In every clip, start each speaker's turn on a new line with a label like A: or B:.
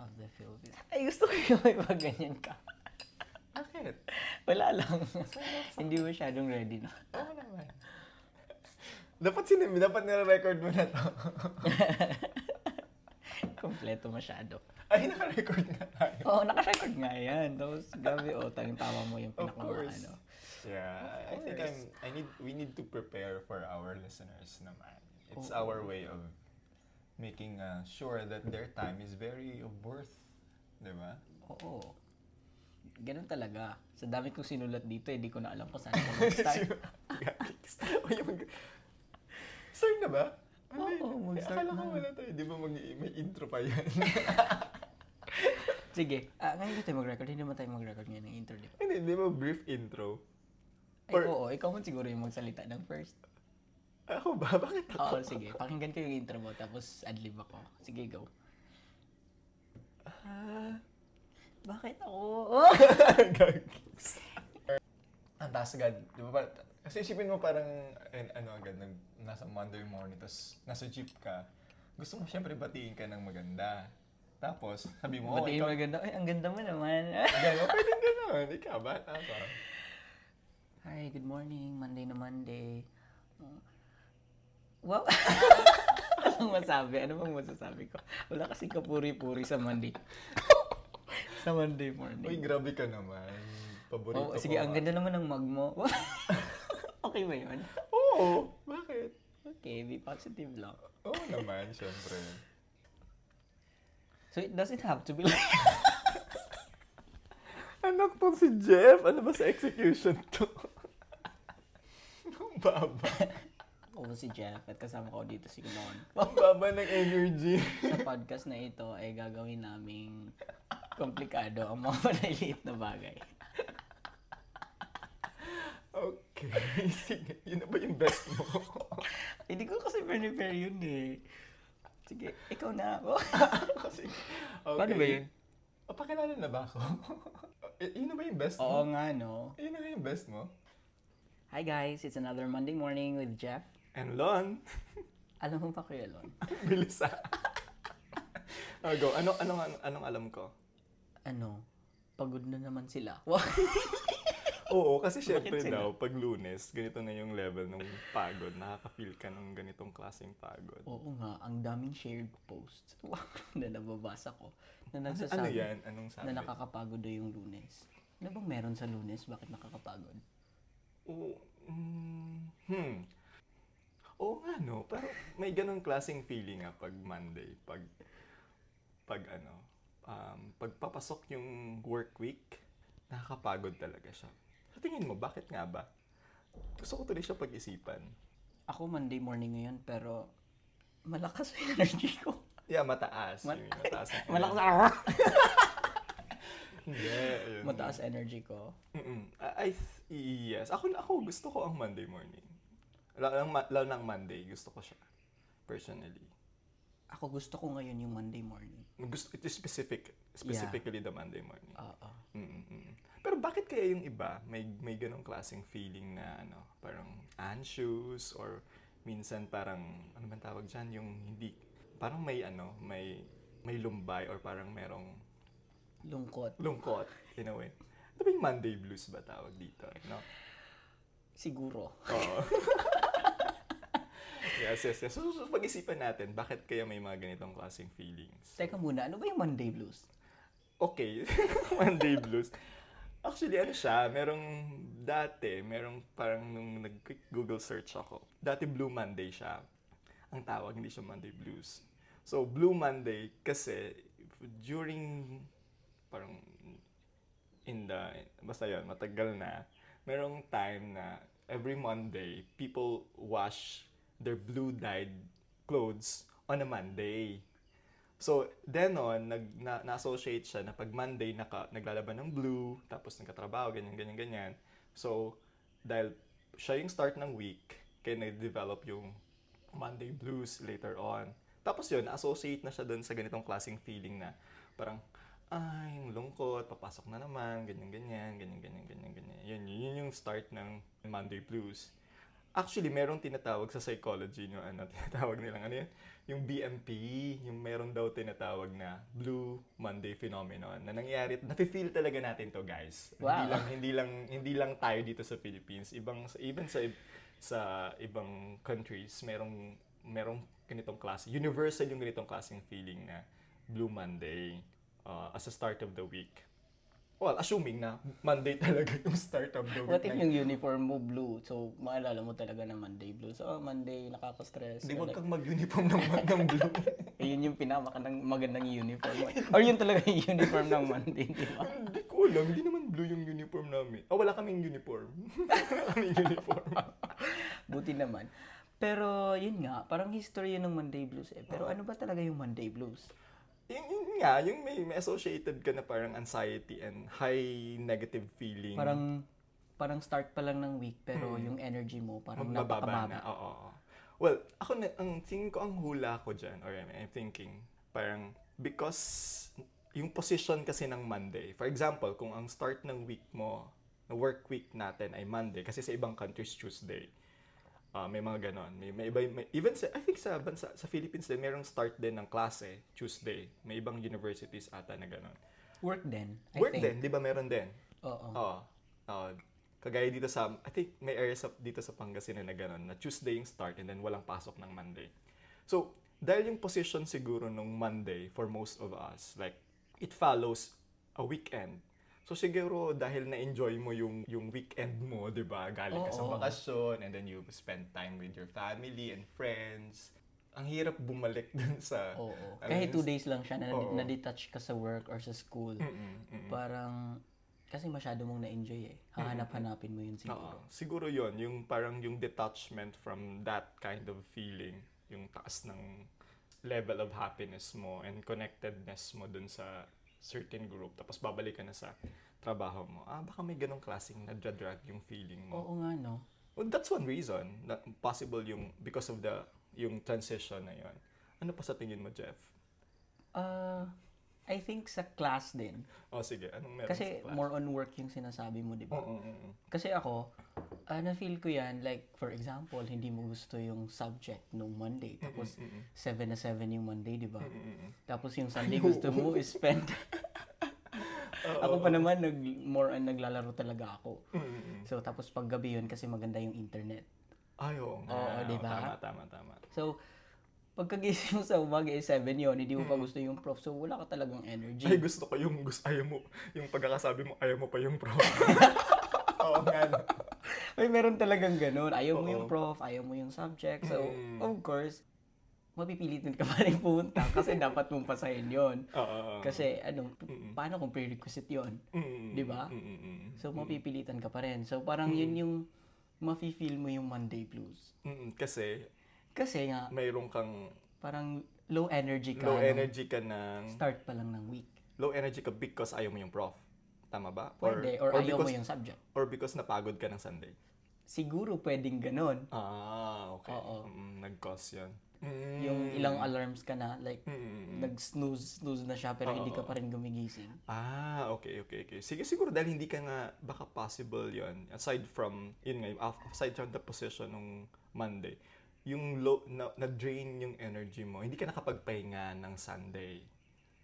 A: Of the Philippines.
B: Ay, gusto ko yung may pag ganyan ka.
A: Bakit?
B: Wala lang. Hindi masyadong ready na.
A: Oo naman. dapat sinimi, dapat nire-record mo na to.
B: Kompleto masyado.
A: Ay, naka-record na tayo.
B: Oo, oh, nakarecord nga yan. Tapos, grabe, otang tama mo yung
A: Of
B: pinaka
A: course.
B: ano.
A: Yeah, I think I'm, I need, we need to prepare for our listeners naman. It's
B: Oo.
A: our way of making uh, sure that their time is very of worth. Diba?
B: Oo. Ganun talaba. Sa dami kong sinulat dito, hindi ko na alam kung saan ako mag-start.
A: o yung... Start na ba?
B: Oo, mag-start
A: Akala ko
B: na.
A: wala tayo. Di ba mag, may intro pa yan?
B: Sige, ah, ngayon ba tayo mag-record? Hindi naman tayo mag-record ngayon ng intro, di ba?
A: Hindi, di ba brief intro?
B: Ay,
A: Or-
B: oo, ikaw man siguro yung magsalita ng first.
A: Ako ba? Bakit ako?
B: Oo, sige. Pakinggan ko yung intro mo, tapos adlib ako. Sige, go. Ah, bakit ako?
A: Gags. Ang taas agad. Di ba? par- Kasi isipin mo parang, an- ano agad, nag, nasa Monday morning, tapos nasa jeep ka. Gusto mo siyempre batiin ka ng maganda. Tapos, sabi
B: Oh,
A: mo, oh,
B: Ba't
A: ikaw,
B: yung maganda? Ay, ang ganda mo naman.
A: Gano'n, pwede gano'n. Ikaw, bata ka.
B: Hi, good morning. Monday na Monday. Oh. Wow. Anong masabi? Ano bang masasabi ko? Wala kasi kapuri-puri sa Monday. sa Monday
A: Uy,
B: morning.
A: grabe ka naman. Paborito
B: Oh, sige,
A: ko,
B: ang
A: ah.
B: ganda naman ng mug mo. okay ba yun?
A: Oo, bakit?
B: Okay, be positive lang.
A: Oo naman, syempre.
B: So it doesn't have to be like...
A: Anak to si Jeff. Ano ba sa execution to? Ang baba.
B: Ako si Jeff at kasama ko dito si Mon.
A: Ang baba ng energy.
B: sa podcast na ito ay gagawin naming komplikado ang mga maliliit na bagay.
A: Okay, sige. Yun na ba yung best mo?
B: Hindi ko kasi prepare yun eh. Sige, ikaw na ako.
A: Kasi, okay.
B: Paano ba yun?
A: O, pakilala na ba ako? Y- yun na ba yung best mo?
B: Oo nga, no?
A: Yun na nga yung best mo?
B: Hi guys, it's another Monday morning with Jeff.
A: And Lon.
B: Alam mo pa kuya Lon?
A: Bilis ah. Oh, go. Ano, anong, anong, anong alam ko?
B: Ano? Pagod na naman sila.
A: Oo, kasi syempre
B: sila?
A: daw, pag lunes, ganito na yung level ng pagod. Nakaka-feel ka ng ganitong klaseng pagod.
B: Oo nga, ang daming shared posts na nababasa ko na
A: ano
B: nagsasabi
A: yan? Anong sabi?
B: na nakakapagod daw yung lunes. Ano bang meron sa lunes? Bakit nakakapagod?
A: Oo, mm, hmm. Oo nga, no? Pero may ganong klaseng feeling nga pag Monday, pag, pag ano, um, pagpapasok yung work week, nakakapagod talaga siya. Sa tingin mo, bakit nga ba? Gusto ko tuloy siya pag-isipan.
B: Ako Monday morning ngayon pero malakas yung energy ko.
A: Yeah, mataas.
B: Mal-
A: yun, mataas. ang-
B: malakas ako.
A: Yeah, yun.
B: Mataas energy ko.
A: Mm-mm. I, I th- yes. Ako, ako gusto ko ang Monday morning. Lalo, ng- lalo ng Monday, gusto ko siya. Personally.
B: Ako gusto ko ngayon yung Monday morning.
A: Gusto, it is specific. Specifically the Monday morning.
B: Oo.
A: Mm-mm. mm, Pero bakit kaya yung iba may may ganong klaseng feeling na ano, parang anxious or minsan parang ano man tawag diyan yung hindi parang may ano, may may lumbay or parang merong
B: Lungkot.
A: lungkot in a way. Ano ba yung Monday blues ba tawag dito, no?
B: Siguro.
A: Oo. yes, yes, yes. So, so, pag-isipan natin, bakit kaya may mga ganitong klaseng feelings?
B: Teka muna, ano ba yung Monday blues?
A: okay, Monday Blues. Actually, ano siya, merong dati, merong parang nung nag-quick Google search ako, dati Blue Monday siya. Ang tawag, hindi siya Monday Blues. So, Blue Monday kasi during parang in the, basta yun, matagal na, merong time na every Monday, people wash their blue-dyed clothes on a Monday. So, then on, nag, na, na-associate siya na pag Monday, naka, naglalaban ng blue, tapos nagkatrabaho, ganyan, ganyan, ganyan. So, dahil siya yung start ng week, kaya na-develop yung Monday blues later on. Tapos yun, associate na siya dun sa ganitong klaseng feeling na parang, ay, yung lungkot, papasok na naman, ganyan, ganyan, ganyan, ganyan, ganyan, ganyan. Yun, yun yung start ng Monday blues. Actually, merong tinatawag sa psychology nyo, ano, tinatawag nilang, ano yun? Yung BMP, yung meron daw tinatawag na Blue Monday Phenomenon na nangyari, nafe-feel talaga natin to, guys. Hindi
B: Wow.
A: lang, hindi lang, hindi lang tayo dito sa Philippines. Ibang, even sa, sa ibang countries, merong, merong ganitong klase, universal yung ganitong klaseng feeling na Blue Monday uh, as a start of the week. Well, assuming na Monday talaga yung start of the week.
B: What if
A: ng-
B: yung uniform mo blue? So, maalala mo talaga na Monday blue. So, oh, Monday, nakaka-stress.
A: Hindi,
B: Or
A: huwag
B: like,
A: kang mag-uniform ng, ng blue.
B: eh, yun yung pinamaka ng magandang uniform. Or yun talaga yung uniform ng Monday, di ba?
A: Hindi ko alam, hindi naman blue yung uniform namin. Oh, wala kaming uniform. wala kaming uniform.
B: Buti naman. Pero, yun nga, parang history yun ng Monday blues eh. Pero ano ba talaga yung Monday blues?
A: Yung, yun nga, yung may, may associated ka na parang anxiety and high negative feeling.
B: Parang, parang start pa lang ng week, pero yung energy mo parang
A: Hmm. Magbababa
B: napakababa.
A: na. Oo, oo. Well, ako na, ang tingin ko ang hula ko dyan, or I'm, I'm thinking, parang, because yung position kasi ng Monday, for example, kung ang start ng week mo, na work week natin ay Monday, kasi sa ibang countries Tuesday, Ah, may mga ganon. May, may iba, may- even sa, I think sa bansa, sa Philippines din, merong start din ng klase, Tuesday. May ibang universities ata na ganon.
B: Work din, I
A: Work
B: think.
A: din, di ba meron din?
B: Oo.
A: Oo. Oo. Kagaya dito sa, I think may areas up dito sa Pangasinan na gano'n, na Tuesday yung start and then walang pasok ng Monday. So, dahil yung position siguro nung Monday for most of us, like, it follows a weekend. So siguro dahil na-enjoy mo yung yung weekend mo, 'di ba? Galing ka sa
B: Oo.
A: bakasyon and then you spend time with your family and friends. Ang hirap bumalik dun sa
B: Oo.
A: alam mo
B: Kahit
A: yun,
B: two days lang siya na,
A: Ah, Oo.
B: na-detach ka sa work or sa school.
A: Mm, mm.
B: Parang, kasi masyado mong na-enjoy eh. Hahanap-hanapin mo yun siguro.
A: Oo. Siguro yon yung parang yung detachment from that kind of feeling, yung taas ng level of happiness mo and connectedness mo dun sa certain group. Tapos babalik ka na sa trabaho mo. Ah, baka may ganong klaseng nadra-drag yung feeling mo.
B: Oo nga, no?
A: Well, that's one reason na possible yung because of the yung transition na yon. Ano pa sa tingin mo, Jeff?
B: Uh, I think sa class din.
A: O Oh, sige, anong meron sa
B: Kasi
A: class? Mm,
B: more on work yung sinasabi mo, di ba?
A: Oo, oo, oo.
B: Kasi ako, ah, na-feel ko yan, like, for example, hindi mo gusto yung subject nung Monday. Tapos, 7 na 7 yung Monday, di ba? Tapos yung Sunday gusto mo is spend. ako pa naman, nag, more on naglalaro talaga ako.
A: mm,
B: So, tapos paggabi yun kasi maganda yung internet.
A: Ay, oo nga.
B: Oo, di ba?
A: Tama, tama, tama.
B: So, pagkagising mo sa umaga is 7 yun, hindi mo pa gusto yung prof. So, wala ka talagang
A: Ay,
B: energy.
A: gusto ko yung gusto, ayaw mo, yung pagkakasabi mo, ayaw mo pa yung prof. Oo nga. no?
B: Ay, meron talagang ganun. Ayaw mo
A: Oo.
B: yung prof, ayaw mo yung subject. So,
A: Mm.
B: of course, mapipilitin ka pa rin punta kasi dapat mong pasahin yon
A: Oo. oo.
B: Kasi, ano, p- paano kung prerequisite yon
A: Mm,
B: di ba?
A: mm, mm, mm.
B: So, mapipilitan ka pa rin. So, parang yun yung mafe-feel mo yung Monday blues.
A: Mm, kasi,
B: Kasi nga,
A: mayroon kang
B: parang low energy ka.
A: low
B: nung
A: energy ka ng,
B: Start pa lang ng week.
A: low energy ka because ayaw mo yung prof. Tama ba?
B: Pwede, or, ayaw
A: because,
B: mo yung subject.
A: Or because napagod ka ng Sunday.
B: Siguro pwedeng ganun.
A: Ah, okay.
B: Oo.
A: Mm, nag-cause yun. Mm,
B: Yung ilang alarms ka na, like,
A: mm, mm, mm.
B: nag-snooze, snooze na siya, pero hindi ka pa rin gumigising.
A: Ah, okay, okay, okay. Sige, siguro dahil hindi ka nga, baka possible yon Aside from, yun nga, yung af- aside from the position nung Monday, yung low, na, na-drain yung energy mo, hindi ka nakapagpahinga ng Sunday.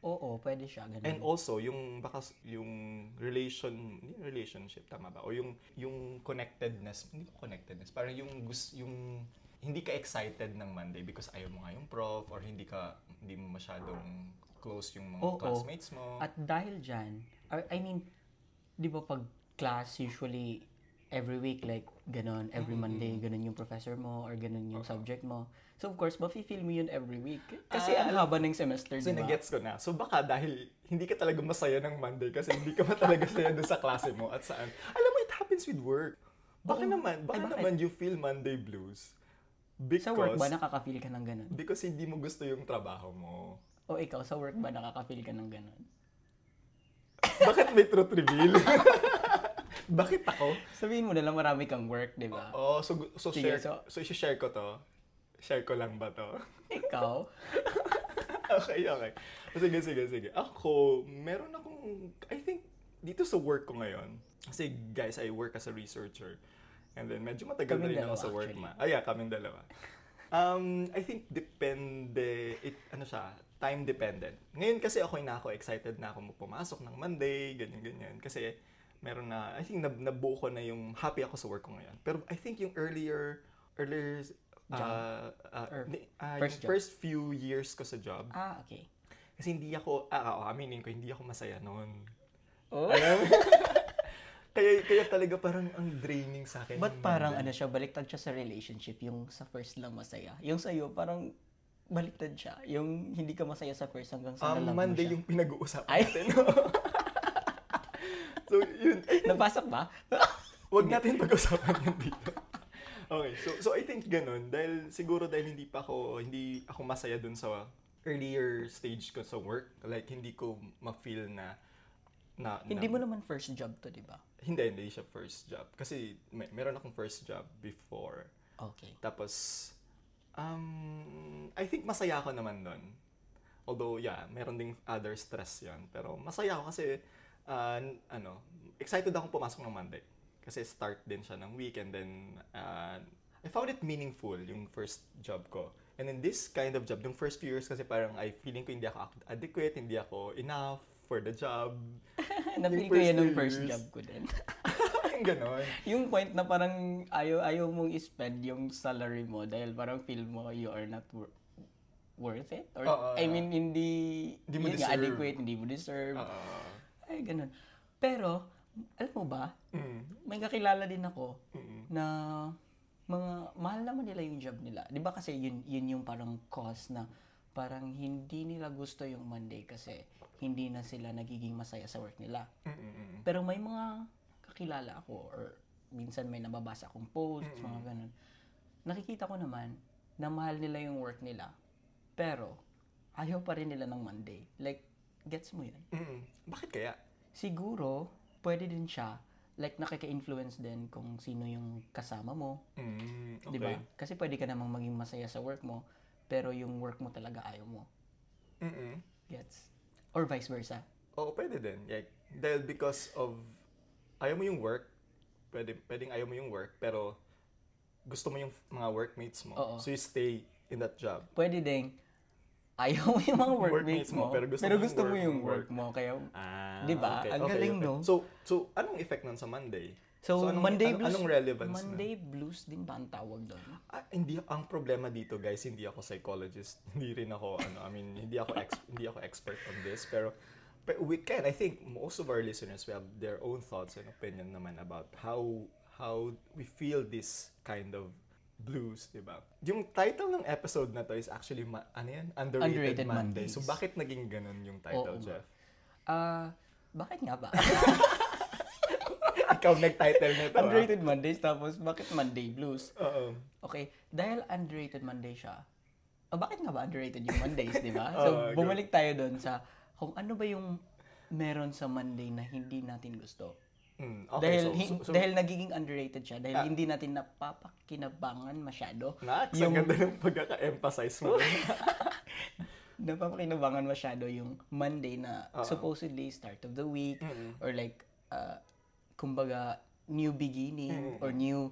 B: Oo, pwede siya, ganun.
A: And also, yung, baka, s- yung relation, hindi relationship, tama ba? O yung, yung connectedness, hindi ko connectedness, parang yung, gus- yung, hindi ka excited ng Monday because ayaw mo nga yung prof or hindi ka, hindi mo masyadong close yung mga
B: Oo.
A: classmates mo.
B: At dahil dyan, or, I mean, di ba pag class usually every week, like, ganun, every Monday, ganun yung professor mo, or ganun yung subject mo. So, of course, mafe-feel mo yun every week. Kasi ang haba ng semester, di
A: So,
B: ba?
A: nagets ko na. So, baka dahil hindi ka talaga masaya ng Monday kasi hindi ka ba talaga saya doon sa klase mo at saan. Alam mo, it happens with work. Baka
B: Oo.
A: naman, baka
B: Ay, bakit?
A: naman you feel Monday blues
B: Sa
A: because,
B: work ba, nakaka-feel ka ng ganun?
A: because hindi mo gusto yung trabaho mo.
B: O ikaw, sa work ba, nakaka-feel ka ng ganun?
A: Bakit may truth reveal? Bakit ako?
B: Sabihin mo na lang marami kang work, di ba?
A: Oh, so, gu- so
B: Sige,
A: share, so,
B: so-
A: share ko to. Share ko lang ba to?
B: Ikaw?
A: okay, okay. Oh, Sige, sige, sige. Ako, meron akong, I think, dito sa work ko ngayon, kasi guys, I work as a researcher. And then medyo matagal na
B: Kaming
A: rin ako
B: dalawa,
A: sa work
B: actually.
A: ma. Ah, yeah, kaming dalawa. Um, I think depende, it, ano siya, time dependent. Ngayon kasi ako na ako, excited na ako pumasok ng Monday, ganyan-ganyan. Kasi meron na, I think nab- nabuo ko na yung happy ako sa work ko ngayon. Pero I think yung earlier, earlier, uh, uh,
B: Or
A: ni- ah,
B: first
A: yung
B: job.
A: first few years ko sa job,
B: Ah, okay.
A: kasi hindi ako, ah, ah, aminin ko, hindi ako masaya noon.
B: Oh.
A: Alam? kaya, kaya talaga parang ang draining sa akin.
B: Ba't
A: yung
B: parang
A: Monday.
B: ano siya, baliktad siya sa relationship, yung sa first lang masaya. Yung sa'yo, parang baliktad siya. Yung hindi ka masaya sa first hanggang sa
A: Ah,
B: nalaman mo
A: Monday
B: siya.
A: yung pinag-uusapan
B: Ay.
A: natin. so, yun.
B: Napasok ba?
A: Huwag natin pag-usapan yun dito. Okay, so so I think ganun dahil siguro dahil hindi pa ako hindi ako masaya dun sa earlier stage ko sa work, like hindi ko ma-feel na na
B: hindi mo
A: na-
B: naman first job to, di ba?
A: hindi hindi siya first job kasi may, meron akong first job before.
B: Okay.
A: Tapos um I think masaya ako naman doon. Although yeah, meron ding other stress 'yon, pero masaya ako kasi uh, n- ano, excited akong pumasok ng Monday kasi start din siya ng week and then uh, I found it meaningful yung first job ko. And then this kind of job, yung first few years kasi parang I feeling ko hindi ako ac- adequate, hindi ako enough for the job.
B: Napili ko
A: Yung first
B: yan ng
A: two
B: first
A: years.
B: job ko din.
A: Yung ganon.
B: yung point na parang ayaw, ayaw mong spend yung salary mo dahil parang feel mo you are not wor- worth it? Or,
A: Oo,
B: I
A: oo.
B: mean, hindi,
A: Hindi mo
B: yun nga,
A: deserve.
B: adequate, hindi mo deserve.
A: Ah,
B: Ay, Eh, ganun. Pero, alam mo ba,
A: mm,
B: may kakilala din ako
A: mm,
B: na mga mahal naman nila yung job nila. 'Di ba kasi yun yun yung parang cause na parang hindi nila gusto yung Monday kasi hindi na sila nagiging masaya sa work nila.
A: mm, mm, mm.
B: Pero may mga kakilala ako or minsan may nababasa akong posts, mga ganun. Nakikita ko naman na mahal nila yung work nila. Pero ayaw pa rin nila ng Monday. Like gets mo yun?
A: Mm. Bakit kaya?
B: Siguro pwede din siya like nakaka-influence din kung sino yung kasama mo,
A: Mm, okay.
B: 'di ba? Kasi pwede ka namang maging masaya sa work mo, pero yung work mo talaga ayaw mo.
A: Mm-mm.
B: Gets? Or vice versa.
A: Oo, pwede din. Like, dahil because of, ayaw mo yung work, pwede, pwedeng ayaw mo yung work, pero gusto mo yung f- mga workmates mo.
B: Oo.
A: So you stay in that job.
B: Pwede ding ayaw mo yung mga workmates
A: Workmates mo,
B: mo,
A: pero gusto mo yung
B: gusto mo
A: work-
B: yung work
A: work.
B: mo. Kaya,
A: Ah,
B: Di ba? Diba? Ang galing, no?
A: So, so anong effect nun sa Monday?
B: so,
A: anong,
B: Monday
A: ano-
B: blues.
A: Anong relevance nun?
B: Monday blues din ba ang tawag doon?
A: Ah, hindi, ang problema dito, guys, hindi ako psychologist. hindi rin ako, ano, I mean, hindi ako, ex, hindi ako expert on this, pero but we can, I think most of our listeners, we have their own thoughts and opinion naman about how how we feel this kind of blues, di ba? Yung title ng episode na to is actually, ma- ano yan? Underrated,
B: Underrated
A: Monday.
B: Mondays.
A: So, bakit naging ganun yung title,
B: Oo nga.
A: Jeff?
B: Ah, bakit nga ba?
A: Ikaw nag-title nito, ah.
B: underrated Mondays tapos bakit Monday blues?
A: Oo.
B: Okay, dahil underrated Monday siya. O bakit nga ba underrated yung Mondays, di ba?
A: Oo,
B: So,
A: go.
B: bumalik tayo doon sa kung ano ba yung meron sa Monday na hindi natin gusto.
A: Mm, okay,
B: dahil,
A: so-
B: hin-
A: so- Ah. so-
B: dahil nagiging underrated siya, dahil hindi natin napapakinabangan masyado.
A: Nax, ang
B: yung
A: ganda ng pagkaka-emphasize mo.
B: napapakinabangan masyado yung Monday na
A: Ah.
B: supposedly start of the week or like uh, kumbaga new beginning or new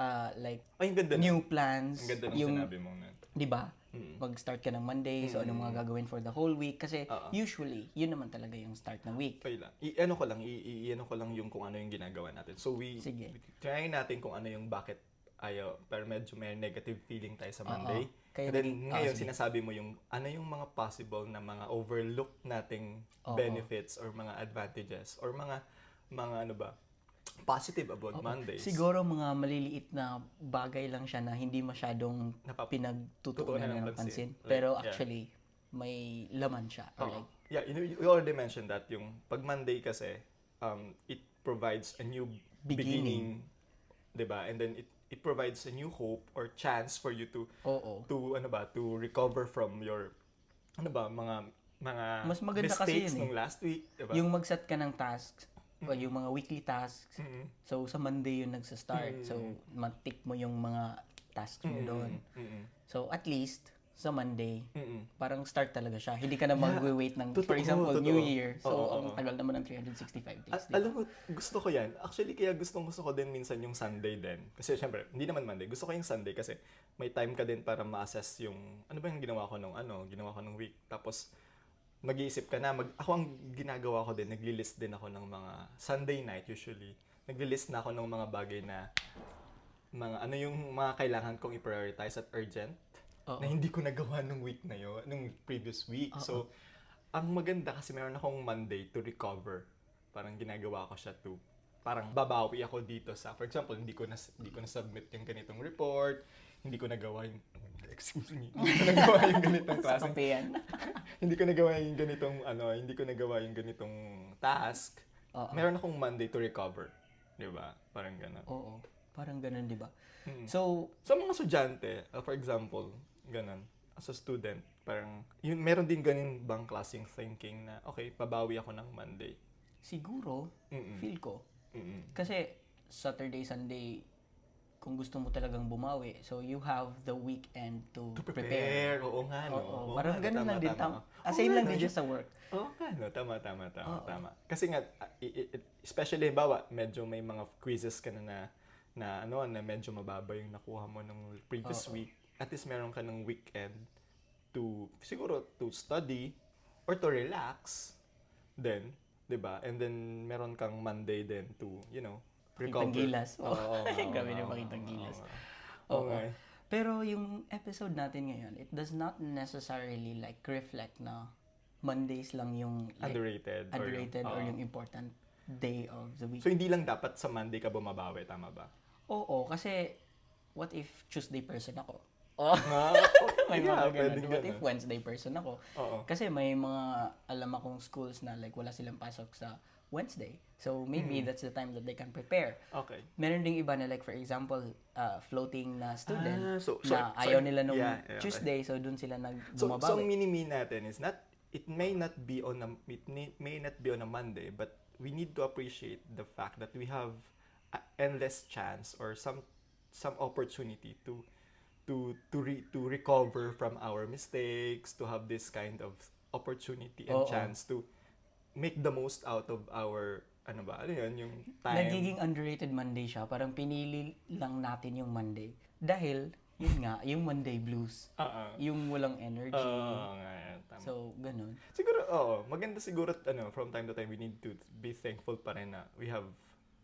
B: uh, like
A: Ay, ang ganda. ng-
B: new plans.
A: Ang ganda ng
B: yung
A: sinabi mo na.
B: 'di ba?
A: Mm.
B: Mag-start ka ng Monday, so anong mga gagawin for the whole week kasi
A: Uh-uh.
B: usually, yun naman talaga yung start ng week.
A: Wait lang. I-ano ko lang, i-ano ko lang yung kung ano yung ginagawa natin. So we
B: Sige.
A: try natin kung ano yung bakit ayaw. Pero medyo may negative feeling tayo sa Monday.
B: Kaya
A: And then
B: naging-
A: ngayon
B: ah, sige.
A: sinasabi mo yung ano yung mga possible na mga overlook nating
B: Oo.
A: benefits or mga advantages or mga mga ano ba positive about Mondays.
B: Siguro mga maliliit na bagay lang siya na hindi masyadong
A: Napap-
B: pinagtutuunan
A: tutuunan ng
B: ng pansin.
A: pansin. Like,
B: Pero
A: yeah. Uh-uh.
B: actually, may laman siya. Or
A: Oo.
B: like,
A: Yeah, you, know, you already mentioned that yung pag Monday kasi um it provides a new beginning,
B: Beginning.
A: 'di ba? And then it it provides a new hope or chance for you to
B: oo.
A: to ano ba, to recover from your ano ba, mga mga
B: Mas maganda kasi
A: mistakes
B: yun eh.
A: nung last week, 'di ba?
B: Yung mag-set ka ng tasks,
A: Mm.
B: o yung mga weekly tasks.
A: Mm-hmm.
B: So, sa Monday yun nagsa-start. So,
A: Mm-hmm.
B: matik mo yung mga tasks mo doon.
A: Mm-mm.
B: So, at least, sa Monday,
A: Mm-mm.
B: parang start talaga siya. Hindi ka na mag-wait ng, for
A: Totoo,
B: example,
A: totoo.
B: New Year. So,
A: Oo,
B: ang
A: oo.
B: tagal naman ng 365 days.
A: At, alam mo, gusto ko yan. Actually, kaya gustong gusto ko din minsan yung Sunday din. Kasi syempre, hindi naman Monday. Gusto ko yung Sunday kasi may time ka din para ma-assess yung, ano ba yung ginawa ko nung, ano, ginawa ko nung week. Tapos, mag-iisip ka na. Mag, ako ang ginagawa ko din, nagli-list din ako ng mga Sunday night usually. Nagli-list na ako ng mga bagay na, mga ano yung mga kailangan kong i-prioritize at urgent
B: Oo.
A: na hindi ko nagawa nung week na yon nung previous week. So, ang maganda kasi meron akong Monday to recover. Parang ginagawa ko siya to parang babawi ako dito sa for example hindi ko na hindi ko na submit yung ganitong report hindi ko nagawa yung excuse me hindi ko nagawa yung ganitong
B: Sa
A: klase
B: kape yan.
A: hindi ko nagawa yung ganitong ano, hindi ko nagawa yung ganitong task
B: Oo.
A: meron akong Monday to recover 'di ba parang ganun
B: Oo. Parang ganun, di ba? So,
A: sa mga estudyante, uh, for example, ganun, as a student, parang, yun, meron din ganun bang klaseng thinking na, okay, pabawi ako ng Monday.
B: siguro,
A: Mm-mm.
B: feel ko,
A: Mm-mm.
B: kasi Saturday, Sunday, kung gusto mo talagang bumawi, so you have the weekend to,
A: To
B: prepare.
A: prepare. Oo nga,
B: Oo,
A: no. Oo
B: parang
A: nga, no,
B: ganun
A: tama,
B: lang din.
A: tama.
B: Tam- Assign
A: Oo
B: lang
A: nga,
B: din
A: no.
B: siya sa work.
A: Oo nga, no. Tama, tama, tama,
B: Oo.
A: tama. Kasi nga, uh, i- i- especially, bawa, medyo may mga quizzes ka na na, na ano, na medyo mababa yung nakuha mo nung previous
B: Oo.
A: week. At least meron ka ng weekend to, siguro, to study or to relax then, 'di ba? And then meron kang Monday then to, you know, recover.
B: gilas.
A: Oo, oo, oo,
B: Yung gabi
A: oo,
B: niya
A: oo,
B: pakitang
A: oo,
B: gilas.
A: oo.
B: Oo.
A: Oo nga eh.
B: Pero yung episode natin ngayon, it does not necessarily like reflect na Mondays lang yung like,
A: Underrated. or yung-
B: underrated or
A: oo.
B: yung important day of the week.
A: So, hindi lang dapat sa Monday ka bumabawi, tama ba?
B: Oo, kasi what if Tuesday person ako? Oh,
A: Ah,
B: may
A: yeah,
B: mga ganun.
A: pwedeng
B: What if
A: ganun.
B: Wednesday person ako?
A: Oo.
B: Kasi may mga alam akong schools na like wala silang pasok sa Wednesday. So maybe
A: Mm.
B: that's the time that they can prepare.
A: Okay.
B: Meron ding iba na like for example, uh, floating na student
A: Ah, so- so-
B: na
A: so-
B: ayaw nila nung
A: yeah, yeah, okay.
B: Tuesday so dun sila
A: So, so ang
B: nagbumabawi.
A: mini-me natin is not, it may not be on a, it may, may not be on a Monday, but we need to appreciate the fact that we have a endless chance or some some opportunity to to to re, to recover from our mistakes, to have this kind of opportunity and
B: Oo.
A: chance to make the most out of our ano ba, ano yun, yung time.
B: Nagiging underrated Monday siya. Parang pinili lang natin yung Monday. Dahil, yun nga, yung Monday blues.
A: Oo.
B: Yung walang energy.
A: Oo nga, tama.
B: so, ganun.
A: Siguro, oo. Maganda siguro, ano, from time to time, we need to be thankful pa rin na we have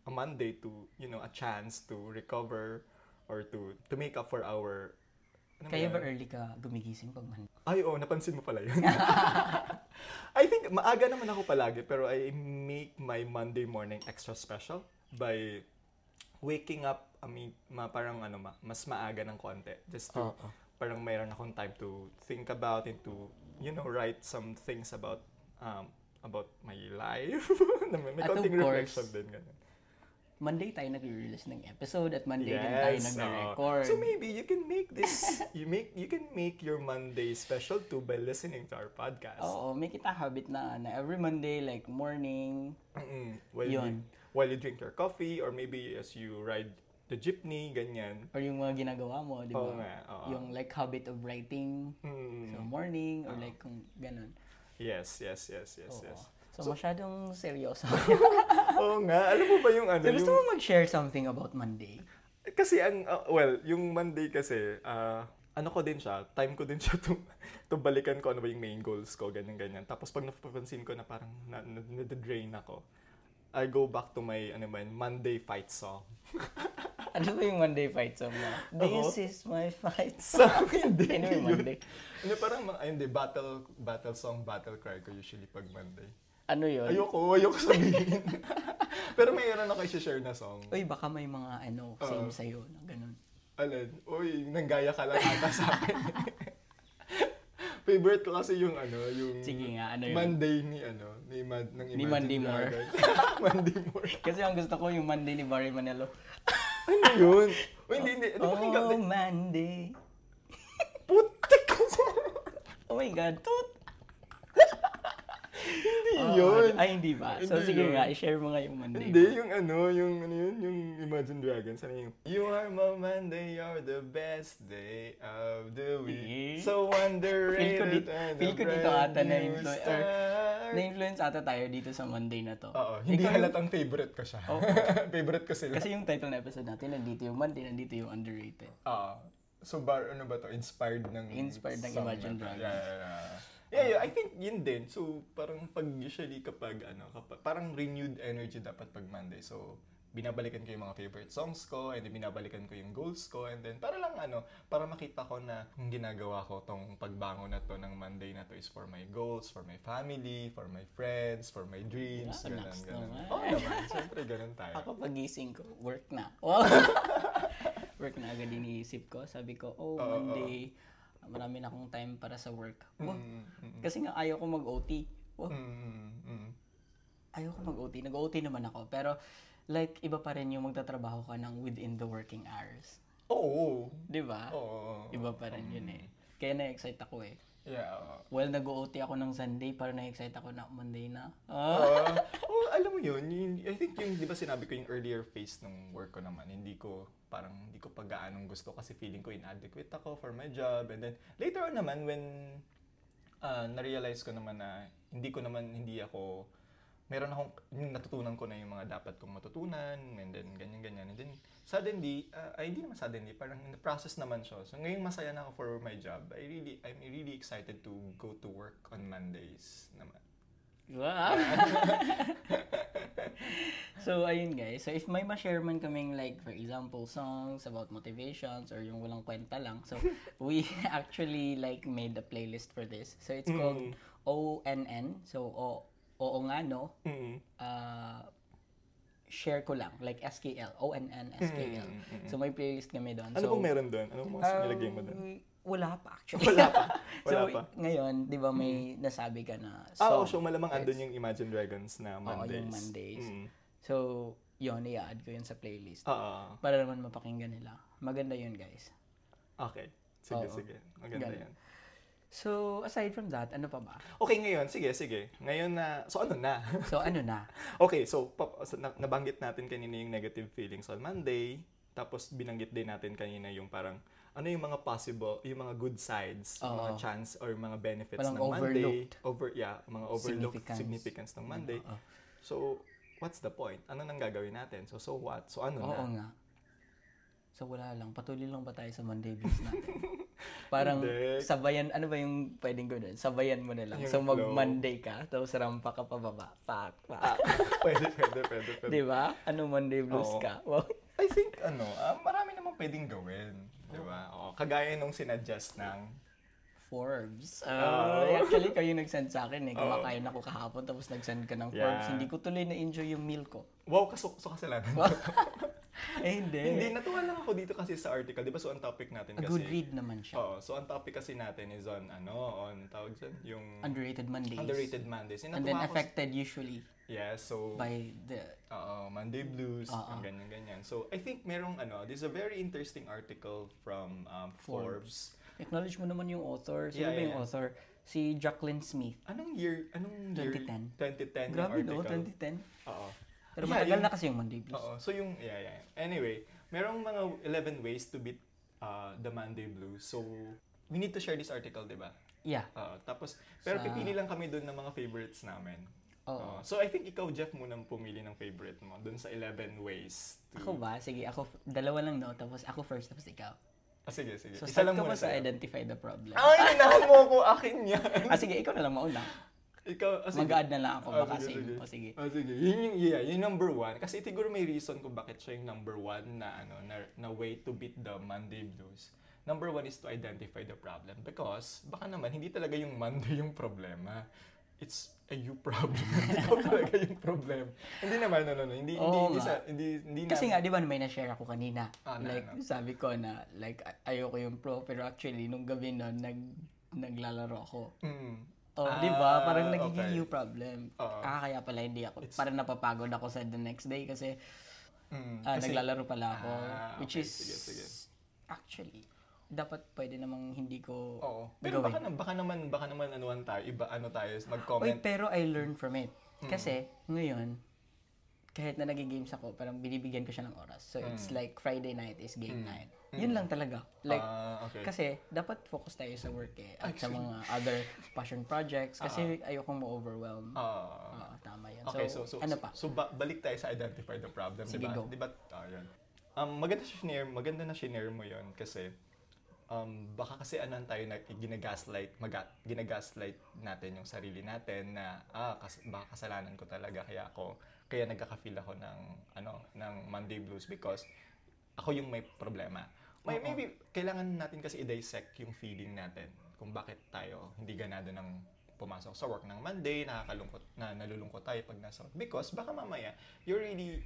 A: a Monday to, you know, a chance to recover or to to make up for our... Ano
B: Kaya ba
A: yun?
B: early ka gumigising pag Monday?
A: Ay, oo. napansin mo pala yun. I think, maaga naman ako palagi, pero I make my Monday morning extra special by waking up, I mean, ma, parang ano, ma, mas maaga ng konti. Just to,
B: Oo.
A: parang mayroon akong time to think about and to, you know, write some things about, um, about my life. Na may, may
B: At of
A: konting
B: course,
A: reflection din. Ganun.
B: Monday tayo nag-release ng episode at Monday din tayo
A: Yes,
B: nag-record.
A: oo. So maybe you can make this, you make, you can make your Monday special too by listening to our podcast.
B: Oo, may kita habit na, na every Monday, like morning,
A: Mm-mm. While, You,
B: Yun.
A: while you drink your coffee or maybe as you ride the jeepney, ganyan.
B: or yung mga ginagawa mo, di ba?
A: Oo nga, oo.
B: Yung like habit of writing,
A: Mm.
B: so morning, or like kung ganun.
A: Yes, yes, yes, yes,
B: Oo.
A: yes.
B: So, Ano masyadong seryoso.
A: Oo nga, alam mo ba yung ano?
B: so, gusto mo
A: yung-
B: mag-share something about Monday?
A: Kasi ang, uh, well, yung Monday kasi, ah, ano ko din siya, time ko din siya to, to balikan ko ano ba yung main goals ko, ganyan-ganyan. Tapos pag napapansin ko na parang na, na, nadadrain ako, I go back to my, ano man, Monday fight song.
B: Ano ba yung Monday fight song mo? This
A: Oo.
B: is my fight
A: So,
B: song.
A: hindi
B: Ano yung
A: yun.
B: Monday?
A: Ano, parang, mga- ayun, di, battle, battle song, battle cry ko usually pag Monday.
B: Ano yun?
A: Ayoko, ayoko sabihin. Pero mayroon ako i-share na song.
B: Uy, baka may mga ano, same
A: Oo.
B: sa'yo, na ganun.
A: Alin, uy, nanggaya ka lang ata sa akin. Favorite ko kasi yung ano, yung
B: Sige nga, ano yun?
A: Monday ni ano, ni, Man, ng
B: Ni
A: Imagine
B: Mandy Moore.
A: Dragons. Mandy Moore.
B: Kasi ang gusto ko yung Monday ni Barry Manilow.
A: Ano yun? Uy, hindi, hindi. Ano
B: Oh,
A: ba hanggang?
B: Monday.
A: Putik ka sa...
B: Oh my God, tut!
A: Hindi
B: Oh,
A: yun.
B: Ay, hindi ba? So,
A: Hindi
B: sige
A: yun.
B: nga, i-share mo nga yung Monday.
A: Hindi,
B: mo.
A: yung ano, yung ano yun, yung Imagine Dragons, ano yung You are my Monday, you're the best day of the
B: Yeah.
A: week. So underrated.
B: Feel ko dito-
A: and
B: feel
A: a
B: ko dito
A: brand
B: ata
A: new
B: na-influ- or
A: start.
B: Na-influence ata tayo dito sa Monday na to.
A: Oo, hindi
B: Ikaw-
A: halatang favorite ko siya.
B: Oo.
A: favorite ko sila.
B: Kasi yung title na episode natin, nandito yung Monday, nandito yung underrated.
A: Oo. Ah, so bar ano ba to? Inspired ng
B: Inspired ng
A: song
B: Imagine
A: na to.
B: Dragons. Ah.
A: Yeah, yeah, yeah. Yeah, yeah, I think yun din. So parang pag usually kapag ano, kapag, parang renewed energy dapat pag Monday. So binabalikan ko yung mga favorite songs ko and then binabalikan ko yung goals ko and then para lang ano, para makita ko na yung ginagawa ko tong pagbangon na to ng Monday na to is for my goals, for my family, for my friends, for my dreams,
B: Yeah,
A: ganun,
B: relax
A: ganun.
B: naman.
A: Oo naman, syempre ganun tayo.
B: Ako pagising ko, work na. Wow. work na agad iniisip ko. Sabi ko, oh,
A: Oo,
B: Monday, marami na akong time para sa work. Wah,
A: Mm, mm,
B: Kasi nga ayaw ko mag-OT. Wah,
A: mm, mm, mm.
B: ayaw ko mag-OT. Nag-OT naman ako. Pero like, iba pa rin yung magtatrabaho ka ng within the working hours.
A: Oo.
B: Di ba?
A: Oo.
B: Iba pa rin yun eh. Kaya na-excite ako eh.
A: Yeah. oo.
B: Well, nag-OT ako ng Sunday para na-excite ako na Monday na. Ah.
A: Oo. Oo, alam mo yun, yun- I think yung, di ba sinabi ko yung earlier phase ng work ko naman, hindi ko, parang hindi ko pagaanong gusto kasi feeling ko inadequate ako for my job. And then, later on naman, when ah, na-realize ko naman na hindi ko naman, hindi ako, meron akong, yung natutunan ko na yung mga dapat kong matutunan, and then ganyan, ganyan. And then, suddenly, ah, ay, hindi naman suddenly, parang in the process naman siya. So, ngayong masaya na ako for my job. I really, I'm really excited to go to work on Mondays naman.
B: Wow. so, ayun guys. So, if may ma-share man kaming like, for example, songs about motivations or yung walang kwenta lang. So, we actually like made a playlist for this. So,
A: Mm.
B: it's called ONN. So, o oo nga no. Uh, share ko lang. Like SKL. ONN SKL. So, may playlist kami doon.
A: Mm-hmm. Ano
B: mm, so,
A: bang meron doon? Ano bang
B: Um,
A: nilagay mo doon?
B: Wala pa actually.
A: Wala pa. Wala
B: so,
A: pa. Mm-hmm.
B: ngayon, di ba may nasabi ka na
A: Ah,
B: song.
A: oh, so malamang andun yung Imagine Dragons na Mondays.
B: yung Mondays.
A: Mm.
B: So, yun, i-add ko yun sa playlist.
A: Oo.
B: Para naman mapakinggan nila. Maganda yun, guys.
A: Okay. Sige,
B: Oo.
A: sige. Maganda
B: Ganun.
A: yan.
B: So, aside from that, ano pa ba?
A: Okay, ngayon. Sige, sige. Ngayon na... So, ano na?
B: So, ano na?
A: okay, so, pap- so, na- nabanggit natin kanina yung negative feelings on Monday. Tapos, binanggit din natin kanina yung parang ano yung mga possible, yung mga good sides, yung mga
B: Oo.
A: chance or mga benefits
B: Walang
A: ng Monday.
B: overlooked.
A: Over, yeah, mga overlooked
B: Significance.
A: significance, ng Monday. Ano
B: Oo.
A: So, what's the point? Ano nang gagawin natin? So, so what? So, ano na?
B: Oo nga. So, wala lang. Patuloy lang ba tayo sa Monday blues natin? Parang
A: Hindi.
B: sabayan, ano ba yung pwedeng gawin? Sabayan mo na lang.
A: Yung
B: so,
A: flow.
B: mag-Monday ka, tapos rampa ka pababa. Pak, pak.
A: Ah, pwede, pwede, pwede, pwede.
B: Di ba? Ano Monday blues
A: Oo.
B: ka? Wow.
A: I think, ano, ah, marami namang pwedeng gawin. Di ba? Oo, kagaya nung sinadjust ng...
B: Forbes.
A: Oh.
B: Uh, actually, kayo nag-send sa akin eh.
A: Oh.
B: Kumakain ako kahapon tapos nag-send ka ng
A: Yeah.
B: Forbes. Hindi ko tuloy na-enjoy yung meal ko.
A: Wow, kasukso ka sila.
B: eh, hindi.
A: Hindi, natuwa lang ako dito kasi sa article. Di ba? So, ang topic natin
B: A
A: kasi...
B: good read naman siya.
A: Oo, so ang topic kasi natin is on, ano, on, tawag dyan, yung
B: Underrated Mondays.
A: underrated Mondays. Eh,
B: And then
A: natuwa ako sa-
B: affected usually
A: Yeah, so...
B: by the...
A: Oo, Monday Blues,
B: Oo.
A: ang ganyan-ganyan. So, I think merong, ano, this is a very interesting article from um, Forbes.
B: Acknowledge mo naman yung author. Sino
A: Yeah,
B: ba
A: yeah,
B: yung
A: yeah.
B: author? Si Jacqueline Smith.
A: Anong year? Anong year?
B: 2010.
A: 2010 yung
B: Grabe no,
A: article.
B: 2010.
A: Oo.
B: Pero
A: Yeah,
B: matagal
A: yung-
B: na kasi yung Monday Blues.
A: Oo. So yung, yeah, yeah. Anyway, merong mga 11 ways to beat uh, the Monday Blues. So, we need to share this article, di ba?
B: Yeah.
A: Oo. tapos, pero
B: Sa-
A: pipili lang kami doon ng mga favorites namin.
B: Oo.
A: Oo. so, I think ikaw, Jeff, muna ang pumili ng favorite mo doon sa 11 ways to...
B: Ako ba? Sige, ako f- dalawa lang no. Tapos ako first, tapos ikaw.
A: Ah, sige, sige.
B: So,
A: Isa
B: start ka
A: lang
B: ba
A: muna
B: sa
A: sa'yo. Ah!
B: identify the problem?
A: Ay, hinahan mo ako. Akin yan.
B: Ah, sige, ikaw na lang mauna.
A: Ikaw, ah, sige.
B: Mag-add na lang ako,
A: Ah,
B: baka same.
A: sige, sige.
B: O, sige.
A: Ah, sige. Yun yung, yeah, yung number one. Kasi siguro may reason kung bakit siya yung number one na, ano, na, na way to beat the Monday blues. Number one is to identify the problem. Because, baka naman, hindi talaga yung Monday yung problema. It's a you problem. Ikaw talaga yung problema. Hindi naman, no, no, no. Hindi, hindi,
B: Oo
A: hindi,
B: nga.
A: sa, hindi, hindi
B: Kasi
A: na,
B: nga, di ba, may na-share ako kanina.
A: Ah, na-
B: like,
A: na.
B: sabi ko na, like, ay- ayoko yung pro, pero actually, nung gabi nun, nag, naglalaro ako.
A: Mm.
B: Oh,
A: Ah,
B: di ba? Parang nagiging
A: okay.
B: you problem.
A: Oo.
B: Ah, kaya pala hindi ako.
A: It's-
B: Parang napapagod ako sa the next day kasi,
A: Mm.
B: ah,
A: Kasi-
B: naglalaro pala ako.
A: Ah,
B: which is,
A: okay. Sige, sige.
B: actually, dapat pwede namang hindi ko
A: Oo. Pero
B: gawin.
A: baka, na- baka naman, baka naman anuan tayo, iba ano tayo,
B: Oy,
A: mag-comment
B: pero I learned from it.
A: Hmm.
B: Kasi, ngayon, kahit na nagigames ako, parang binibigyan ko siya ng oras. So, it's like Friday night is game night. Yun lang talaga. Like,
A: Hmm. Ah, okay.
B: kasi dapat focus tayo sa work eh. At sa
A: Actually.
B: mga other passion projects. Kasi ayokong ma-overwhelm.
A: Ah.
B: Oo, tama yan.
A: Okay,
B: so,
A: so, so,
B: ano
A: so-
B: pa?
A: So, ba- balik tayo sa identify the problem,
B: Sige,
A: di ba?
B: go.
A: Di ba? Ah, yun. Um, maganda si shinare, maganda na shinare mo yon kasi um, baka kasi anan tayo na ginagaslight, maga, ginagaslight natin yung sarili natin na ah, kas, baka kasalanan ko talaga kaya ako kaya nagkaka-feel ako ng ano, ng Monday blues because ako yung may problema.
B: Oo.
A: May, maybe kailangan natin kasi i-dissect yung feeling natin kung bakit tayo hindi ganado ng pumasok sa work ng Monday, nakakalungkot, na nalulungkot tayo pag nasa work. Because baka mamaya, you're really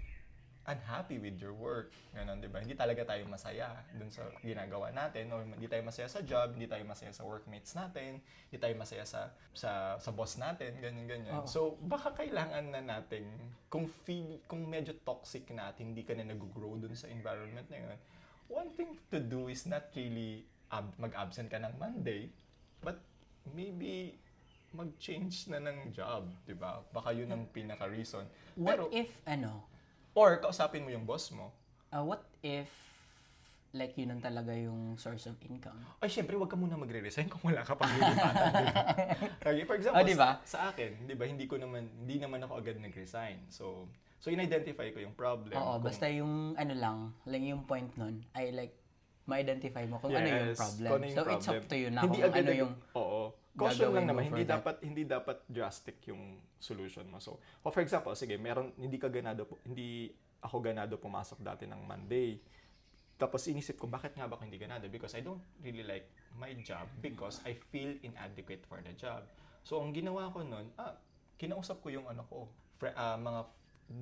A: unhappy with your work. Ganon, di ba? Hindi talaga tayo masaya dun sa ginagawa natin or hindi tayo masaya sa job, hindi tayo masaya sa workmates natin, hindi tayo masaya sa sa, sa boss natin, ganyan, ganyan.
B: Oo.
A: So, baka kailangan na natin, kung, feel, kung medyo toxic na at hindi ka na nag-grow dun sa environment na yun, one thing to do is not really ab- mag-absent ka ng Monday, but maybe mag-change na ng job, di ba? Baka yun ang pinaka-reason.
B: What
A: Pero,
B: if, ano,
A: or kausapin mo yung boss mo,
B: ah, what if, like, yun ang talaga yung source of income?
A: ay, syempre, wag ka muna magre-resign kung wala ka pang lilipatan, di ba? Okay, for example,
B: Ah, di ba?
A: sa, sa akin, di ba, hindi ko naman, hindi naman ako agad nag-resign. So, so in-identify ko yung problem.
B: Oo,
A: kung-
B: basta yung, ano lang, like, yung point nun, ay, like, ma-identify mo kung ano yung
A: Yes,
B: problem.
A: kung ano yung
B: so, it's up
A: problem.
B: to you na
A: Hindi
B: kung
A: agad
B: ano
A: nag-
B: yung,
A: Oo. Caution
B: gagawin
A: lang
B: mo
A: naman,
B: for
A: hindi
B: that.
A: dapat hindi dapat drastic yung solution mo. So, oh, for example, sige, meron hindi ka ganado pu- hindi ako ganado pumasok dati ng Monday. Tapos inisip ko, bakit nga ba ako hindi ganado? Because I don't really like my job because I feel inadequate for the job. So, ang ginawa ko nun, ah, kinausap ko yung ano ko, fri- ah, mga,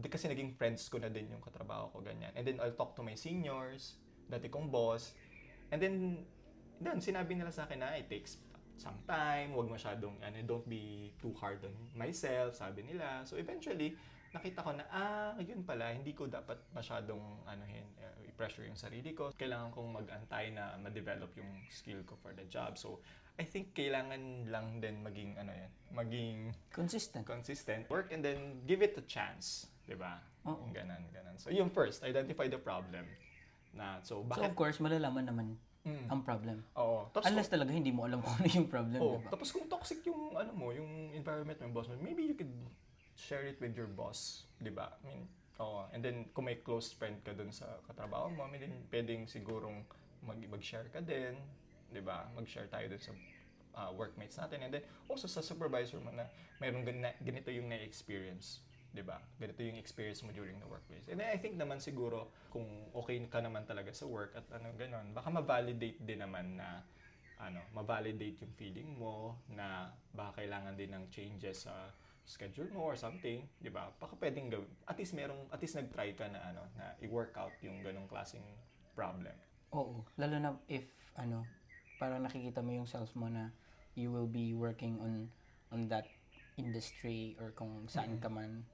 A: di- kasi naging friends ko na din yung katrabaho ko, ganyan. And then, I'll talk to my seniors, dati kong boss. And then, doon, sinabi nila sa akin na it takes some time, wag masyadong, ano, don't be too hard on myself, sabi nila. So, eventually, nakita ko na, ah, yun pala, hindi ko dapat masyadong, ano, hin, eh, i-pressure yung sarili ko. Kailangan kong mag-antay na ma-develop yung skill ko for the job. So, I think kailangan lang din maging, ano yan, maging
B: consistent.
A: consistent work and then give it a chance, di ba?
B: Oo.
A: Ganon, ganon. So, yung first, identify the problem. Na,
B: So, of
A: so, bakit?
B: course, malalaman naman
A: Mm.
B: ang problem.
A: Oo. Tapos,
B: Unless talaga hindi mo alam kung ano yung problem,
A: Oh,
B: diba?
A: tapos kung toxic yung ano mo, yung environment mo, yung boss mo, maybe you could share it with your boss, 'di ba? I mean, oh, and then kung may close friend ka dun sa katrabaho mo, I mean, pwedeng sigurong mag mag-share ka din, 'di ba? Mag-share tayo dun sa ah, workmates natin and then also sa supervisor mo na mayroong gana- ganito yung na-experience, 'di ba? Ganito yung experience mo during the workplace. And then I think naman siguro kung okay ka naman talaga sa work at ano ganun, baka ma-validate din naman na ano, ma-validate yung feeling mo na baka kailangan din ng changes sa schedule mo or something, 'di ba? Baka pwedeng gawin. At least merong at least nag-try ka na ano, na i-work out yung ganong klaseng problem.
B: Oo, lalo na if ano, parang nakikita mo yung self mo na you will be working on on that industry or kung saan ka man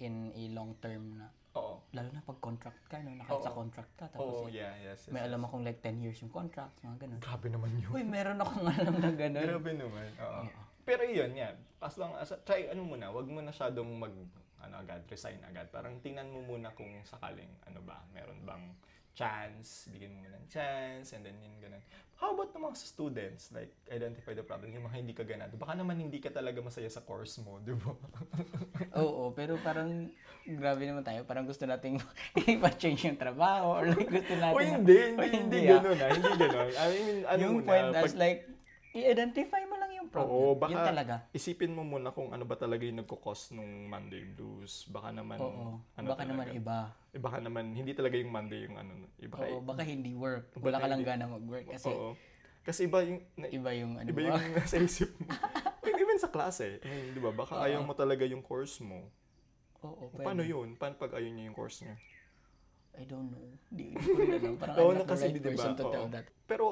B: in a long term na
A: Oo.
B: lalo na pag contract ka no nakasa contract ka tapos eh,
A: Oo, yeah, yes. yes,
B: may
A: yes.
B: alam akong like 10 years yung contract mga ganun
A: Grabe naman yun.
B: uy meron akong alam na ganun
A: Grabe naman. Oo. Pero yun, yeah. As long as, try ano muna, wag mo na syadong mag, ano agad, resign agad. Parang tingnan mo muna kung sakaling, ano ba, meron bang chance, bigyan mo muna ng chance, and then yun, ganun. How about ng mga students? Like, identify the problem, yung mga hindi ka ganado. Baka naman hindi ka talaga masaya sa course mo, di ba?
B: oo pero parang grabe naman tayo parang gusto nating ipa-change yung trabaho or like gusto natin
A: o
B: na-
A: hindi, hindi,
B: Uy,
A: hindi,
B: ah.
A: ganun ah, hindi ganun. I mean, ano
B: yung
A: muna,
B: point
A: pag-
B: as like i-identify mo lang yung problem
A: Oo, baka
B: yun talaga
A: isipin mo muna kung ano ba talaga yung nagkukos nung Monday blues. Baka naman,
B: Oo.
A: ano
B: baka
A: talaga.
B: naman iba.
A: Eh, baka naman, hindi talaga yung Monday yung ano, iba kay,
B: Oo, baka hindi work.
A: Baka
B: Wala ka lang
A: hindi-
B: gana mag-work kasi
A: oo. Kasi iba yung, na-
B: iba yung ano
A: iba
B: ba?
A: yung nasa isip mo. I mean, even sa klase, I mean, di ba, baka ayaw mo talaga yung course mo.
B: Oo,
A: O,
B: pwede.
A: Paano yun? Paano pag ayaw niya yung course niya?
B: I don't know. Hindi hindi ko rin alam. Parang
A: Oo
B: I'm
A: na
B: not the
A: kasi,
B: right
A: di ba?
B: person to
A: Oo.
B: tell that.
A: Pero,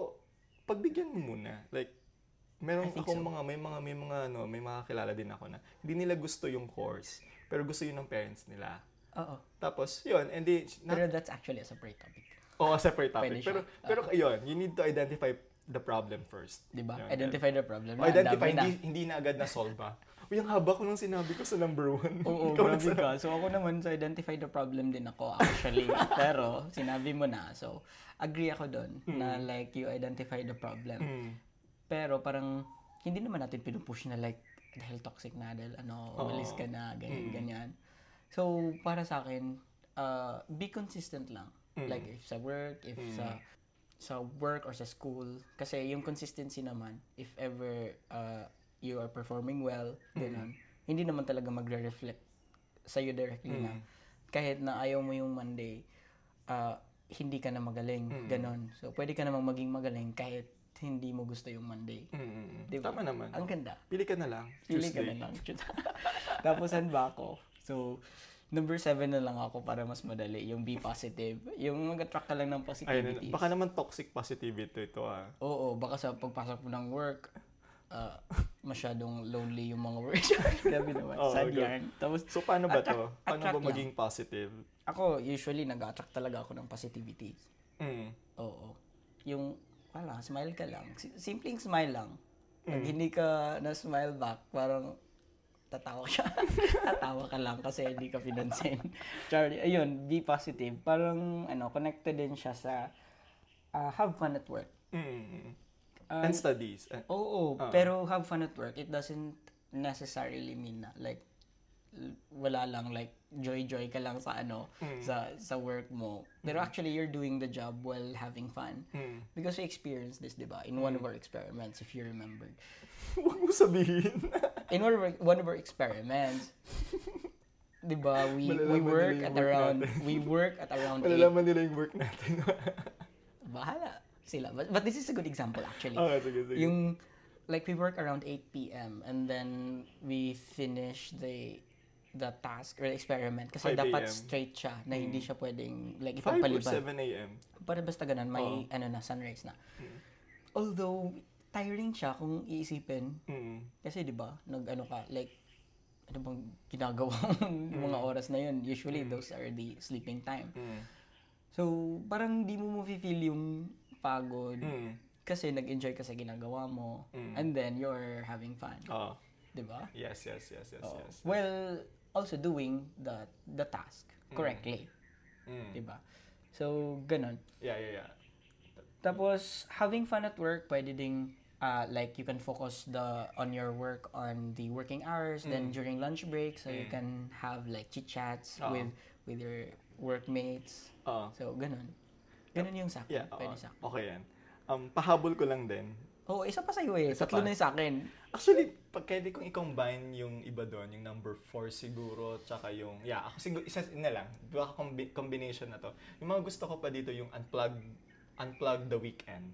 A: pagbigyan mo muna, like,
B: I
A: meron
B: think
A: akong
B: so.
A: mga, may mga, may mga, ano, may mga kilala din ako na, hindi nila gusto yung course, pero gusto yun ng parents nila.
B: Oo.
A: Tapos, yun, and they, na-
B: Pero that's actually a separate topic.
A: Oo, separate topic.
B: Pwede siya. Ah.
A: Pero, pero yun, you need to identify the problem first.
B: Diba?
A: Yun,
B: Identify the problem.
A: Oh, identify,
B: Ang dami na.
A: hindi, hindi na agad na solve ba? Uy, ang haba ko nung sinabi ko sa number one.
B: Oo,
A: Ikaw na
B: grabe
A: sa-
B: ka. So ako naman, so identify the problem din ako actually. Pero sinabi mo na. So agree ako doon na like you identify the problem.
A: Hmm.
B: Pero parang hindi naman natin pinupush na like dahil toxic na, dahil ano,
A: Oo.
B: umalis ka na, ganyan, ganyan. So para sa akin, uh, be consistent lang. Like if sa work, if sa sa work or sa school. Kasi yung consistency naman, if ever uh, you are performing well, ganun, hindi naman talaga magre-reflect sa'yo directly na kahit na ayaw mo yung Monday, ah, hindi ka na magaling, ganon. So, pwede ka namang maging magaling kahit hindi mo gusto yung Monday.
A: Hmm.
B: Diba?
A: Tama naman.
B: Ang ganda.
A: Pili ka na lang.
B: Pili ka
A: Tuesday.
B: na lang. Tapos, saan ba ako? So, number 7 na lang ako para mas madali. Yung be positive. Yung mag-attract ka lang ng
A: Ayun,
B: positivity.
A: baka naman toxic positivity ito ah.
B: Oo, baka sa pagpasok mo ng work, ah, masyadong lonely yung mga work. Grabe naman.
A: Oo,
B: Sad
A: grabe.
B: yarn. Tapos,
A: So, paano ba to?
B: Attract-
A: Paano ba
B: attract lang.
A: maging positive?
B: ako, usually, nag-attract talaga ako ng positivity.
A: Mm.
B: Oo. Yung, wala, smile ka lang. Si- Simpleng smile lang. Pag hindi ka na-smile back, parang tatawa ka. tatawa ka lang kasi hindi ka pinansin. Charlie, ayun, be positive. Parang, ano, connected din siya sa ah, have fun at work. Ah,
A: Mm. And studies. Eh,
B: Oo, pero have fun at work, it doesn't necessarily mean na like l- wala lang like joy-joy ka lang sa ano
A: Mm.
B: sa sa work mo. Pero actually you're doing the job while having fun.
A: hmm.
B: Because we experienced this, 'di ba? In one of
A: Mm.
B: our experiments if you remembered.
A: Huwag mo sabihin.
B: In one of our, one of our experiments, 'di ba? We we
A: Malalaman nila
B: work
A: yung
B: at
A: work
B: around
A: natin.
B: we work at around 8.
A: Malalaman nila yung work natin.
B: Bahala sila. But, but this is a good example actually.
A: okay, Ah, sige, sige.
B: Yung, like, we work around 8 p.m. and then we finish the the task or experiment kasi
A: 5
B: dapat
A: AM.
B: straight siya na hindi siya pwedeng like
A: 5 Hmm. or Oh.
B: ipagpalipad
A: 7 a.m.
B: para basta ganun may ano na sunrise na
A: Hmm.
B: although tiring siya kung iisipin
A: Mm.
B: kasi 'di ba nag ano ka like ano bang ginagawa ng
A: Hmm.
B: mga oras na yun usually those are the sleeping time
A: Mm.
B: so parang di mo mafe-feel yung pagod
A: Mm.
B: kasi nag-enjoy ka sa ginagawa mo and then you're having fun,
A: Oo.
B: 'di ba?
A: Ah, Yes, yes, yes, yes,
B: Oo.
A: yes.
B: Well, also doing the the task correctly,
A: Mm.
B: 'di ba? So, ganun.
A: Yeah, yeah, yeah.
B: Tapos having fun at work, pwede ding ah, like you can focus the on your work on the working hours
A: Mm.
B: then during lunch break so you can have like chit chats
A: Oo.
B: with with your workmates.
A: Oo.
B: So, ganun. Ganun yung sa akin.
A: Yeah, uh-huh.
B: Pwede
A: oo.
B: sa akin.
A: Okay yan. Um, pahabol ko lang din.
B: Oo, isa pa sa'yo eh.
A: Isa
B: Tatlo
A: pa?
B: na yung sa akin.
A: Actually, pag pwede kong i-combine yung iba doon, yung number 4 siguro, tsaka yung, yeah, ako siguro, isa na lang, baka combi- combination na to. Yung mga gusto ko pa dito, yung unplug, unplug the weekend.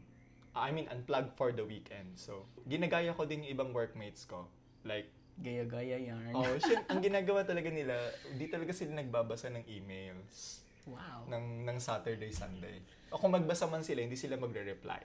A: Ah, I mean, unplug for the weekend. So, ginagaya ko din yung ibang workmates ko. Like,
B: Gaya-gaya yarn.
A: oh, shit, ang ginagawa talaga nila, di talaga sila nagbabasa ng emails
B: Wow.
A: ng, ng Saturday, Sunday. O kung magbasa man sila, hindi sila magre-reply.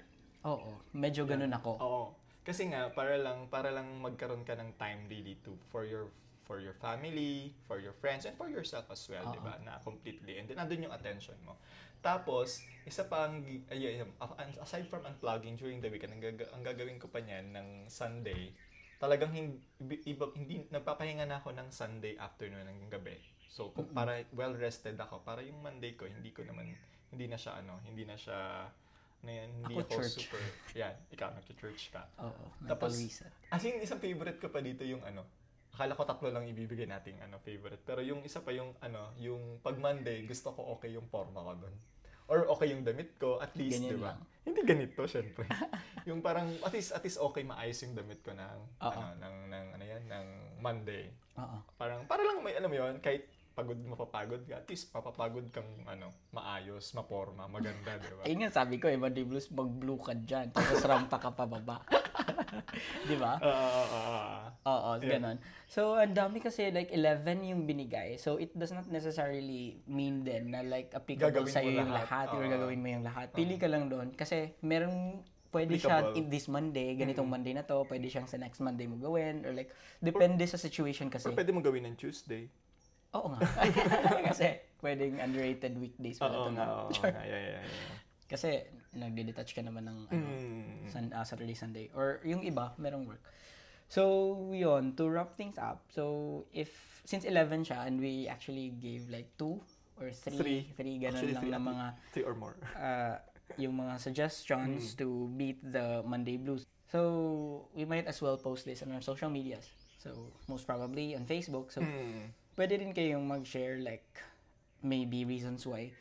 B: Oo, medyo ganun ako.
A: Oo. Kasi nga para lang para lang magkaroon ka ng time really to for your for your family, for your friends and for yourself as well,
B: Oo.
A: 'di ba? Na completely. And then andun yung attention mo. Tapos, isa pang ayun, um, aside from unplugging during the weekend, ang, gaga- ang gagawin ko pa niyan ng Sunday, talagang hindi, iba, hindi nagpapahinga na ako ng Sunday afternoon ng gabi. So, kung para well rested ako, para yung Monday ko hindi ko naman hindi na siya ano, hindi na siya ano yan, hindi
B: Ako
A: ako,
B: church.
A: super yan, ikaw nagka-church ka.
B: Oo, mental
A: Tapos,
B: reset.
A: As in, isang favorite ko pa dito yung ano, akala ko tatlo lang ibibigay nating ano, favorite. Pero yung isa pa yung ano, yung pag Monday, gusto ko okay yung forma ko dun. Or okay yung damit ko, at least,
B: Ganyan
A: di ba?
B: lang.
A: Hindi ganito, syempre. yung parang, at least, at least okay maayos yung damit ko ng,
B: Oo.
A: ano, ng, ng, ano yan, ng Monday.
B: Oo.
A: Parang, para lang may, alam mo yun, kahit pagod, mapapagod ka, at least mapapagod kang, ano, maayos, maporma, maganda, di ba?
B: Ayun nga sabi ko, eh, Monday Blues, mag-blue ka dyan, tapos rampa ka pababa. Di ba?
A: Ah, ah, ah, ah.
B: Oo,
A: Yeah.
B: ganun. So, ang dami kasi, like, 11 yung binigay. So, it does not necessarily mean then na, like, applicable
A: Gagawin
B: sa'yo
A: mo
B: yung lahat
A: lahat.
B: or
A: Oo.
B: gagawin mo yung lahat. Pili ka lang doon kasi merong pwede siya
A: Applicable.
B: if this Monday, ganitong Monday na to, pwede siyang sa next Monday mo gawin or like, depende sa situation kasi.
A: Or pwede mong gawin ng Tuesday.
B: Oo nga. kasi pwedeng underrated weekdays pala
A: Oo
B: to
A: nga,
B: na.
A: oo nga. Yeah, yeah, yeah.
B: Kasi nagde-detach ka naman ng ano,
A: Mm.
B: Sun, ah, Saturday, Sunday. Or yung iba, merong work. So, yun, to wrap things up, so if, since 11 siya, and we actually gave like 2 or 3, 3,
A: Three.
B: ganun
A: Actually,
B: lang
A: three
B: na
A: at
B: mga,
A: Three or more.
B: ah, yung mga suggestions
A: Mm.
B: to beat the Monday blues. So, we might as well post this on our social medias. So, most probably on Facebook. So,
A: Mm.
B: pwede rin kayong mag-share like maybe reasons why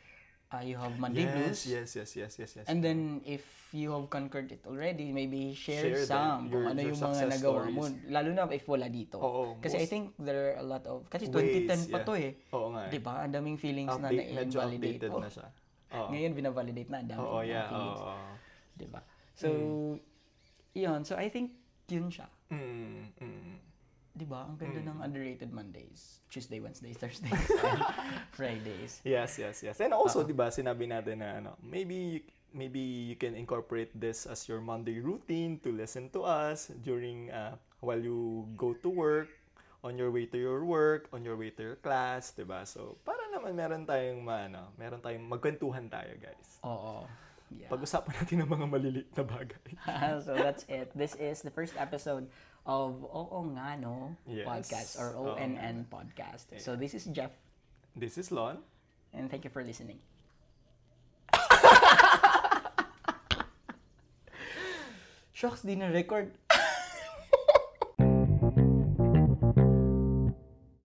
B: uh, you have Monday blues.
A: Yes, yes, yes, yes, yes, yes.
B: And then, if you have conquered it already, maybe share,
A: Share
B: some
A: them,
B: kung
A: your-
B: ano
A: your
B: yung mga
A: success
B: nagawa mo.
A: stories.
B: Lalo na if wala dito.
A: Oo,
B: kasi I
A: most
B: think there are a lot of, kasi
A: ways,
B: 2010 pa
A: yeah.
B: to eh.
A: Oo nga. eh.
B: Di ba? Ang daming feelings
A: Update,
B: na
A: medyo
B: na-invalidate.
A: updated
B: Oh,
A: na siya. Oo,
B: Ngayon, binavalidate na. Ang daming
A: Oo,
B: mga
A: yeah.
B: feelings.
A: Oo.
B: Di ba? So, yun. So, I think yun siya.
A: Mm, mm.
B: Di ba? Ang
A: Hmm.
B: ganda ng underrated Mondays. Tuesday, Wednesday, Thursday, Fridays.
A: Yes, yes, yes. And also, 'di ba, sinabi natin na ano, maybe you- maybe you can incorporate this as your Monday routine to listen to us during uh, while you go to work, on your way to your work, on your way to your class, 'di ba? So, para naman meron tayong maano, meron tayong magkwentuhan tayo, guys.
B: Oo. Yeah.
A: Pag-usapan natin ng mga maliliit na bagay.
B: so that's it. This is the first episode of Oo Nga No
A: Yes.
B: podcast or
A: Oo Nga
B: ONN podcast. So this is Jeff
A: This is Lon.
B: and thank you for listening. Shocks, di na record.